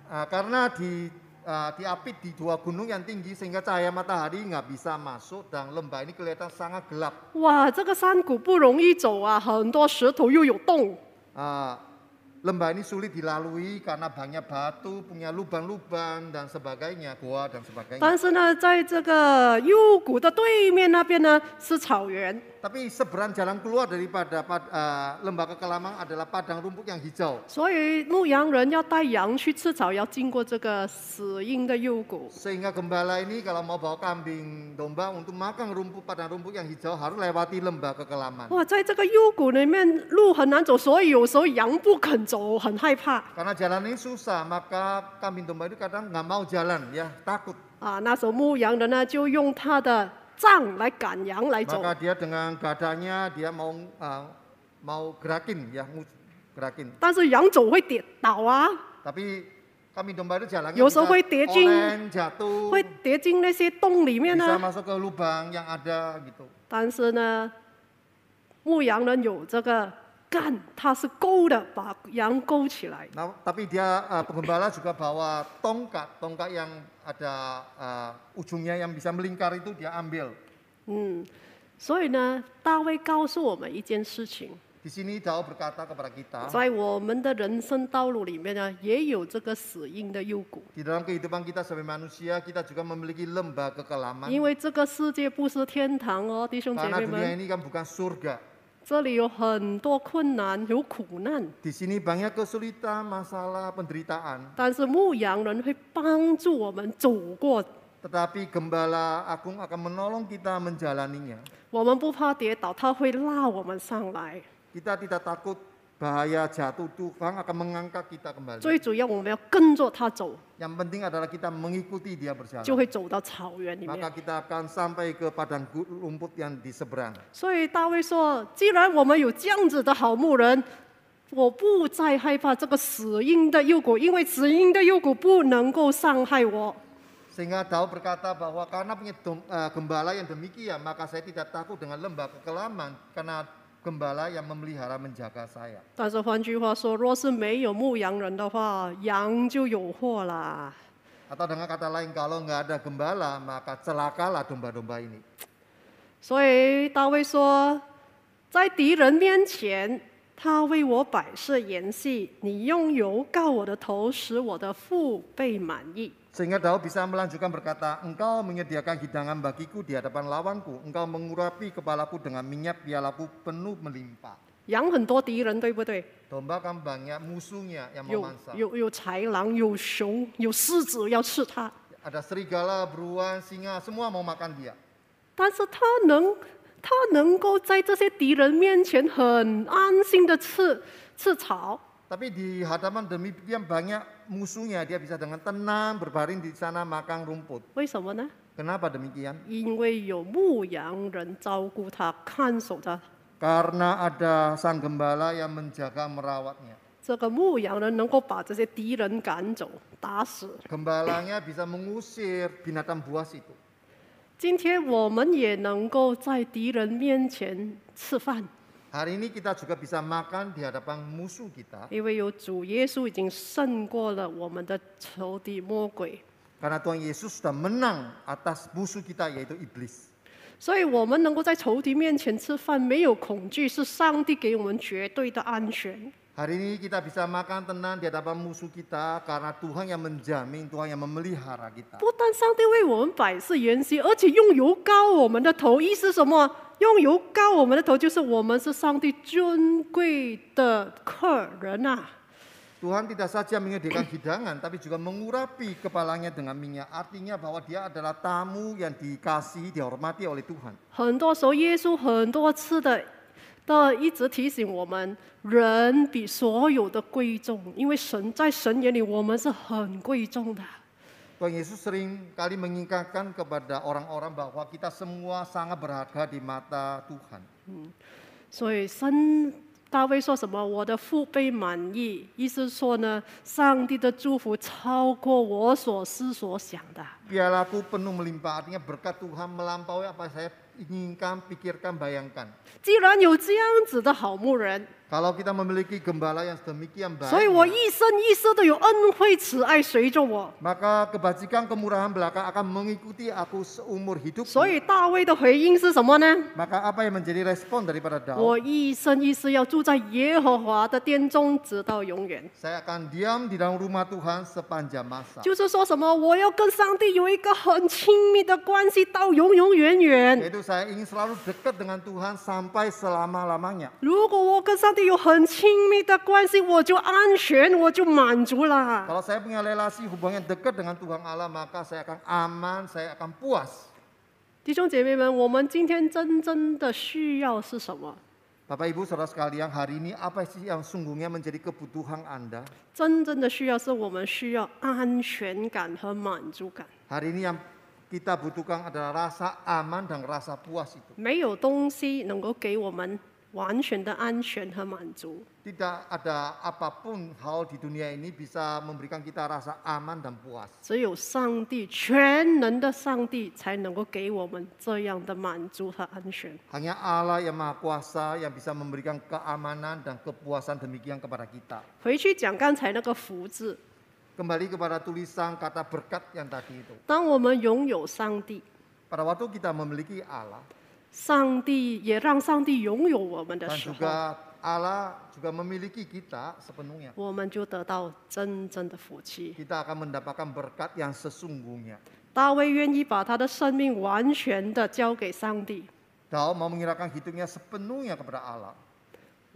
Speaker 2: Ah, karena di ah, diapit di dua gunung yang tinggi sehingga cahaya matahari nggak bisa masuk dan lembah ini kelihatan sangat gelap.
Speaker 1: 哇，这个山谷不容易走啊，很多石头又有洞。
Speaker 2: Ah, lembah ini sulit dilalui karena banyak batu, punya lubang-lubang dan sebagainya, goa dan sebagainya.
Speaker 1: 但是呢，在这个幽谷的对面那边呢是草原，
Speaker 2: Tapi seberang jalan keluar daripada pad- ah, lembah kekelaman adalah padang rumput yang hijau.
Speaker 1: 所以牧羊人要带羊去吃草，要经过这个死荫的幽谷。
Speaker 2: Sehingga gembala ini kalau mau bawa kambing domba untuk makan rumput padang rumput yang hijau harus lewati lembah kekelaman.
Speaker 1: 哇，在这个幽谷里面路很难走，所以有时候羊不肯走，很害怕
Speaker 2: Karena jalan ini susah, maka kambing domba itu kadang nggak mau jalan ya, takut.
Speaker 1: 啊。那时候牧羊人呢就用他的杖来赶羊来走
Speaker 2: Maka，dia dengan gadanya dia mau eh, mau gerakin ya, ngu- gerakin.
Speaker 1: 但是羊走会跌倒啊，
Speaker 2: Tapi kami domba itu jalannya
Speaker 1: Yo, so
Speaker 2: bisa
Speaker 1: hui tie jing.
Speaker 2: oleng, jatuh,
Speaker 1: 会跌进那些洞里面呢、
Speaker 2: bisa masuk ke lubang yang ada gitu.
Speaker 1: 但是呢，牧羊人有这个干，他是勾的，把羊勾起来。
Speaker 2: Nah, tapi dia eh, penggembala juga bawa tongkat, tongkat yang ada eh, ujungnya yang bisa melingkar itu dia ambil.
Speaker 1: 嗯，所以呢，大卫告诉我们一件事情，
Speaker 2: Di sini Daud berkata kepada kita,
Speaker 1: 在我们的人生道路里面呢，也有这个死荫的幽谷，
Speaker 2: di dalam kehidupan kita sebagai manusia kita juga memiliki lembah kekelaman.
Speaker 1: 因为这个世界不是天堂哦，弟兄姐
Speaker 2: Karena
Speaker 1: 妹
Speaker 2: dunia
Speaker 1: 们，
Speaker 2: ini kan bukan surga.
Speaker 1: 这里有很多困难，有苦难，
Speaker 2: Di sini banyak kesulitan, masalah, penderitaan.
Speaker 1: 但是牧羊人会帮助我们走过，
Speaker 2: Tetapi Gembala Agung akan menolong kita menjalaninya.
Speaker 1: 我们不怕跌倒，他会拉我们上来。
Speaker 2: Kita tidak takut bahaya jatuh, Tuhan akan mengangkat kita kembali.
Speaker 1: 最主要我们要跟着他走，
Speaker 2: Yang penting adalah kita mengikuti dia berjalan.
Speaker 1: 就会走到草原里
Speaker 2: Maka
Speaker 1: 面。
Speaker 2: kita akan sampai ke padang gu- rumput yang di seberang.
Speaker 1: 所以大卫说：“既然我们有这样子的好牧人，我不再害怕这个死荫的幽谷，因为死荫的幽谷不能够伤害我。
Speaker 2: Sehingga Daud berkata bahwa karena punya dom- eh, gembala yang demikian, maka saya tidak takut dengan lembah kekelaman. Karena gembala yang memelihara menjaga saya.
Speaker 1: 但是换句话说，若是没有牧羊人的话，羊就有祸啦。
Speaker 2: Atau dengan kata lain kalau nggak ada gembala maka celakalah domba-domba ini.
Speaker 1: 所以大卫说，在敌人面前，他为我摆设筵席，你用油膏我的头，使我的腹被满意。
Speaker 2: Sehingga Daud bisa melanjutkan berkata, Engkau menyediakan hidangan bagiku di hadapan lawanku. Engkau mengurapi kepalaku dengan minyak pialaku penuh melimpah.
Speaker 1: 羊很多敌人，对不对？
Speaker 2: Domba kan banyak musuhnya yang
Speaker 1: 有
Speaker 2: memangsa.
Speaker 1: 有有豺狼，有熊，有狮子要吃它，
Speaker 2: Ada serigala, beruang, singa, semua mau makan dia.
Speaker 1: 但是他能，他能够在这些敌人面前很安心的吃吃草。
Speaker 2: Tapi di hadapan demikian banyak musuhnya, dia bisa dengan tenang berbaring di sana makan rumput.
Speaker 1: 为什么呢？
Speaker 2: Kenapa demikian?
Speaker 1: 因为有牧羊人照顾他，看守他。
Speaker 2: Karena ada sang gembala yang menjaga merawatnya.
Speaker 1: 这个牧羊人能够把这些敌人赶走、打死。
Speaker 2: Gembalanya bisa mengusir binatang buas itu.
Speaker 1: 今天我们也能够在敌人面前吃饭，
Speaker 2: Hari ini kita juga bisa makan di hadapan musuh kita
Speaker 1: 因为有主耶稣已经胜过了我们的仇敌魔鬼，
Speaker 2: karena Tuhan Yesus sudah menang atas musuh kita yaitu iblis.
Speaker 1: 所以我们能够在仇敌面前吃饭，没有恐惧，是上帝给我们绝对的安全。
Speaker 2: Hari ini kita bisa makan tenang di hadapan musuh kita karena Tuhan yang menjamin, Tuhan yang memelihara kita.
Speaker 1: 不但上帝为我们摆设筵席，而且用油膏我们的头，意思是什么？用油膏我们的头，就是我们是上帝尊贵的客人啊！
Speaker 2: Tuhan tidak saja menyediakan hidangan tapi juga mengurapi kepalanya dengan minyak. Artinya bahwa dia adalah tamu yang dikasihi, dihormati oleh Tuhan.
Speaker 1: 很多时候，耶稣很多次的的一直提醒我们，人比所有的贵重，因为神在神眼里我们是很贵重的。
Speaker 2: Tuhan Yesus sering kali mengingatkan kepada orang-orang bahwa kita semua sangat berharga di mata Tuhan.
Speaker 1: 所以神大卫说什么？我的父被满意，意思说呢，上帝的祝福超过我所思所想的。
Speaker 2: Pialaku penuh melimpah, artinya berkat Tuhan melampaui apa yang saya inginkan, pikirkan, bayangkan.
Speaker 1: 既然有这样子的好牧人，
Speaker 2: Kalau kita memiliki gembala yang demikian
Speaker 1: 所以我
Speaker 2: baik,
Speaker 1: 一生一世都有恩惠慈爱随着我。
Speaker 2: maka kebajikan kemurahan belaka akan mengikuti aku seumur hidup.
Speaker 1: 所以大卫的回应是什么呢？
Speaker 2: Maka apa yang menjadi respon daripada Daud?
Speaker 1: 我一生一世要住在耶和华的殿中，直到永远。
Speaker 2: Saya akan diam di dalam rumah Tuhan sepanjang masa.
Speaker 1: 就是说什么，我要跟上帝有一个很亲密的关系，到永永远远。
Speaker 2: Yaitu saya ingin selalu dekat dengan Tuhan sampai selama-lamanya.
Speaker 1: 如果我跟上帝有很亲密的关系，我就安全，我就满足啦。
Speaker 2: Kalau saya punya relasi hubungan yang dekat dengan Tuhan Allah, maka saya akan aman, saya akan puas.
Speaker 1: 弟兄姐妹们，我们今天真正的需要是什么？
Speaker 2: Bapak Ibu Saudara sekalian, hari ini apa sih yang sungguhnya menjadi kebutuhan Anda?
Speaker 1: 真正的需要是我们需要安全感和满足感。
Speaker 2: Hari ini yang kita butuhkan adalah rasa aman dan rasa puas itu.
Speaker 1: 没有东西能够给我们完全的安全和满足。
Speaker 2: Tidak ada apapun hal di dunia ini bisa memberikan kita rasa aman dan puas.
Speaker 1: 只有上帝全能的上帝才能够给我们这样的满足和安全。
Speaker 2: Hanya Allah yang Maha Kuasa yang bisa memberikan keamanan dan kepuasan demikian kepada kita.
Speaker 1: 回去讲刚才那个福字，
Speaker 2: Kembali kepada tulisan kata berkat yang tadi itu.
Speaker 1: 当我们拥有上帝，
Speaker 2: Pada waktu kita memiliki Allah
Speaker 1: 上帝也让上帝拥有我们的
Speaker 2: dan
Speaker 1: 时候，
Speaker 2: juga Allah juga memiliki kita sepenuhnya.
Speaker 1: 我们就得到真正的福气。
Speaker 2: Kita akan mendapatkan berkat yang sesungguhnya.
Speaker 1: 大卫愿意把他的生命完全的交给上帝，
Speaker 2: Daud mau menyerahkan hidupnya sepenuhnya kepada Allah.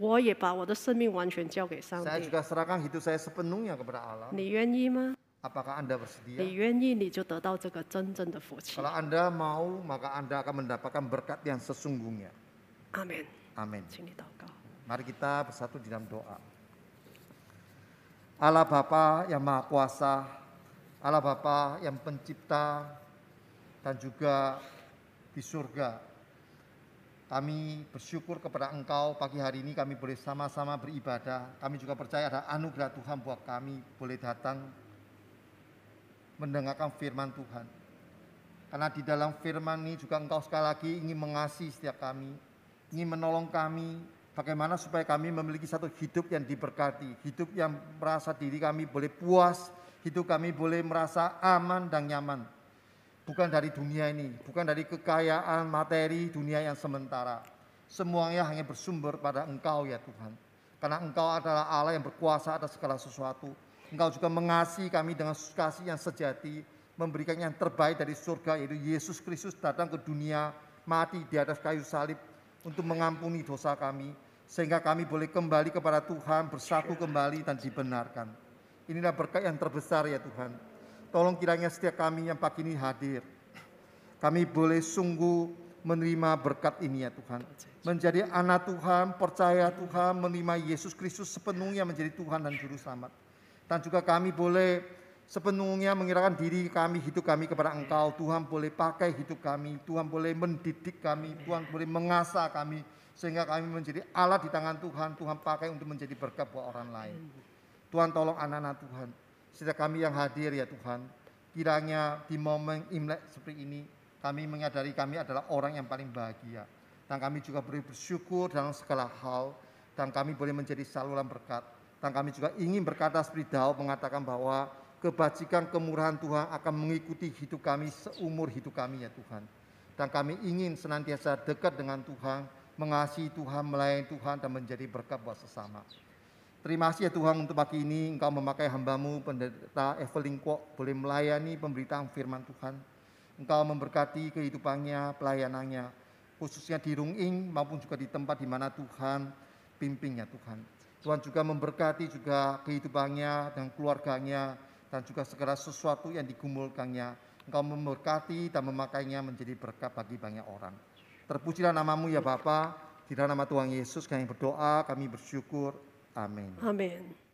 Speaker 1: 我也把我的生命完全交给上
Speaker 2: Saya
Speaker 1: 帝。
Speaker 2: juga serahkan hidup saya sepenuhnya kepada Allah.
Speaker 1: 你愿意吗？
Speaker 2: Apakah Anda
Speaker 1: 你
Speaker 2: bersedia?
Speaker 1: 愿意，你就得到这个真正的福气。
Speaker 2: Kalau Anda mau, maka Anda akan mendapatkan berkat yang sesungguhnya.
Speaker 1: 阿门。
Speaker 2: Amin.
Speaker 1: 请你祷告。
Speaker 2: Mari kita bersatu di dalam doa. Allah Bapa yang Maha Kuasa, Allah Bapa yang Pencipta dan juga di surga. Kami bersyukur kepada Engkau pagi hari ini kami boleh sama-sama beribadah. Kami juga percaya ada anugerah Tuhan buat kami boleh datang mendengarkan firman Tuhan. Karena di dalam firman ini juga Engkau sekali lagi ingin mengasihi setiap kami, ingin menolong kami bagaimana supaya kami memiliki satu hidup yang diberkati, hidup yang merasa diri kami boleh puas, hidup kami boleh merasa aman dan nyaman. Bukan dari dunia ini, bukan dari kekayaan materi dunia yang sementara. Semuanya hanya bersumber pada Engkau ya Tuhan. Karena Engkau adalah Allah yang berkuasa atas segala sesuatu. Engkau juga mengasihi kami dengan kasih yang sejati, memberikan yang terbaik dari surga yaitu Yesus Kristus datang ke dunia mati di atas kayu salib untuk mengampuni dosa kami sehingga kami boleh kembali kepada Tuhan bersatu kembali dan dibenarkan. Inilah berkat yang terbesar ya Tuhan. Tolong kiranya setiap kami yang pagi ini hadir. Kami boleh sungguh menerima berkat ini ya Tuhan. Menjadi anak Tuhan, percaya Tuhan, menerima Yesus Kristus sepenuhnya menjadi Tuhan dan Juru Selamat. Dan juga kami boleh sepenuhnya mengirakan diri kami, hidup kami kepada Engkau. Tuhan boleh pakai hidup kami, Tuhan boleh mendidik kami, Tuhan boleh mengasah kami. Sehingga kami menjadi alat di tangan Tuhan, Tuhan pakai untuk menjadi berkat buat orang lain. Tuhan tolong anak-anak Tuhan, setiap kami yang hadir ya Tuhan. Kiranya di momen Imlek seperti ini, kami menyadari kami adalah orang yang paling bahagia. Dan kami juga boleh bersyukur dalam segala hal, dan kami boleh menjadi saluran berkat. Dan kami juga ingin berkata seperti Daud mengatakan bahwa kebajikan kemurahan Tuhan akan mengikuti hidup kami seumur hidup kami ya Tuhan. Dan kami ingin senantiasa dekat dengan Tuhan, mengasihi Tuhan, melayani Tuhan dan menjadi berkat buat sesama. Terima kasih ya Tuhan untuk pagi ini Engkau memakai hambamu pendeta Evelyn Kwok boleh melayani pemberitaan firman Tuhan. Engkau memberkati kehidupannya, pelayanannya, khususnya di Runging maupun juga di tempat di mana Tuhan pimpinnya Tuhan. Tuhan juga memberkati juga kehidupannya dan keluarganya, dan juga segala sesuatu yang digumulkannya. Engkau memberkati dan memakainya menjadi berkat bagi banyak orang. Terpujilah namamu ya Bapa. Di dalam nama Tuhan Yesus kami berdoa, kami bersyukur. Amin.
Speaker 1: Amen.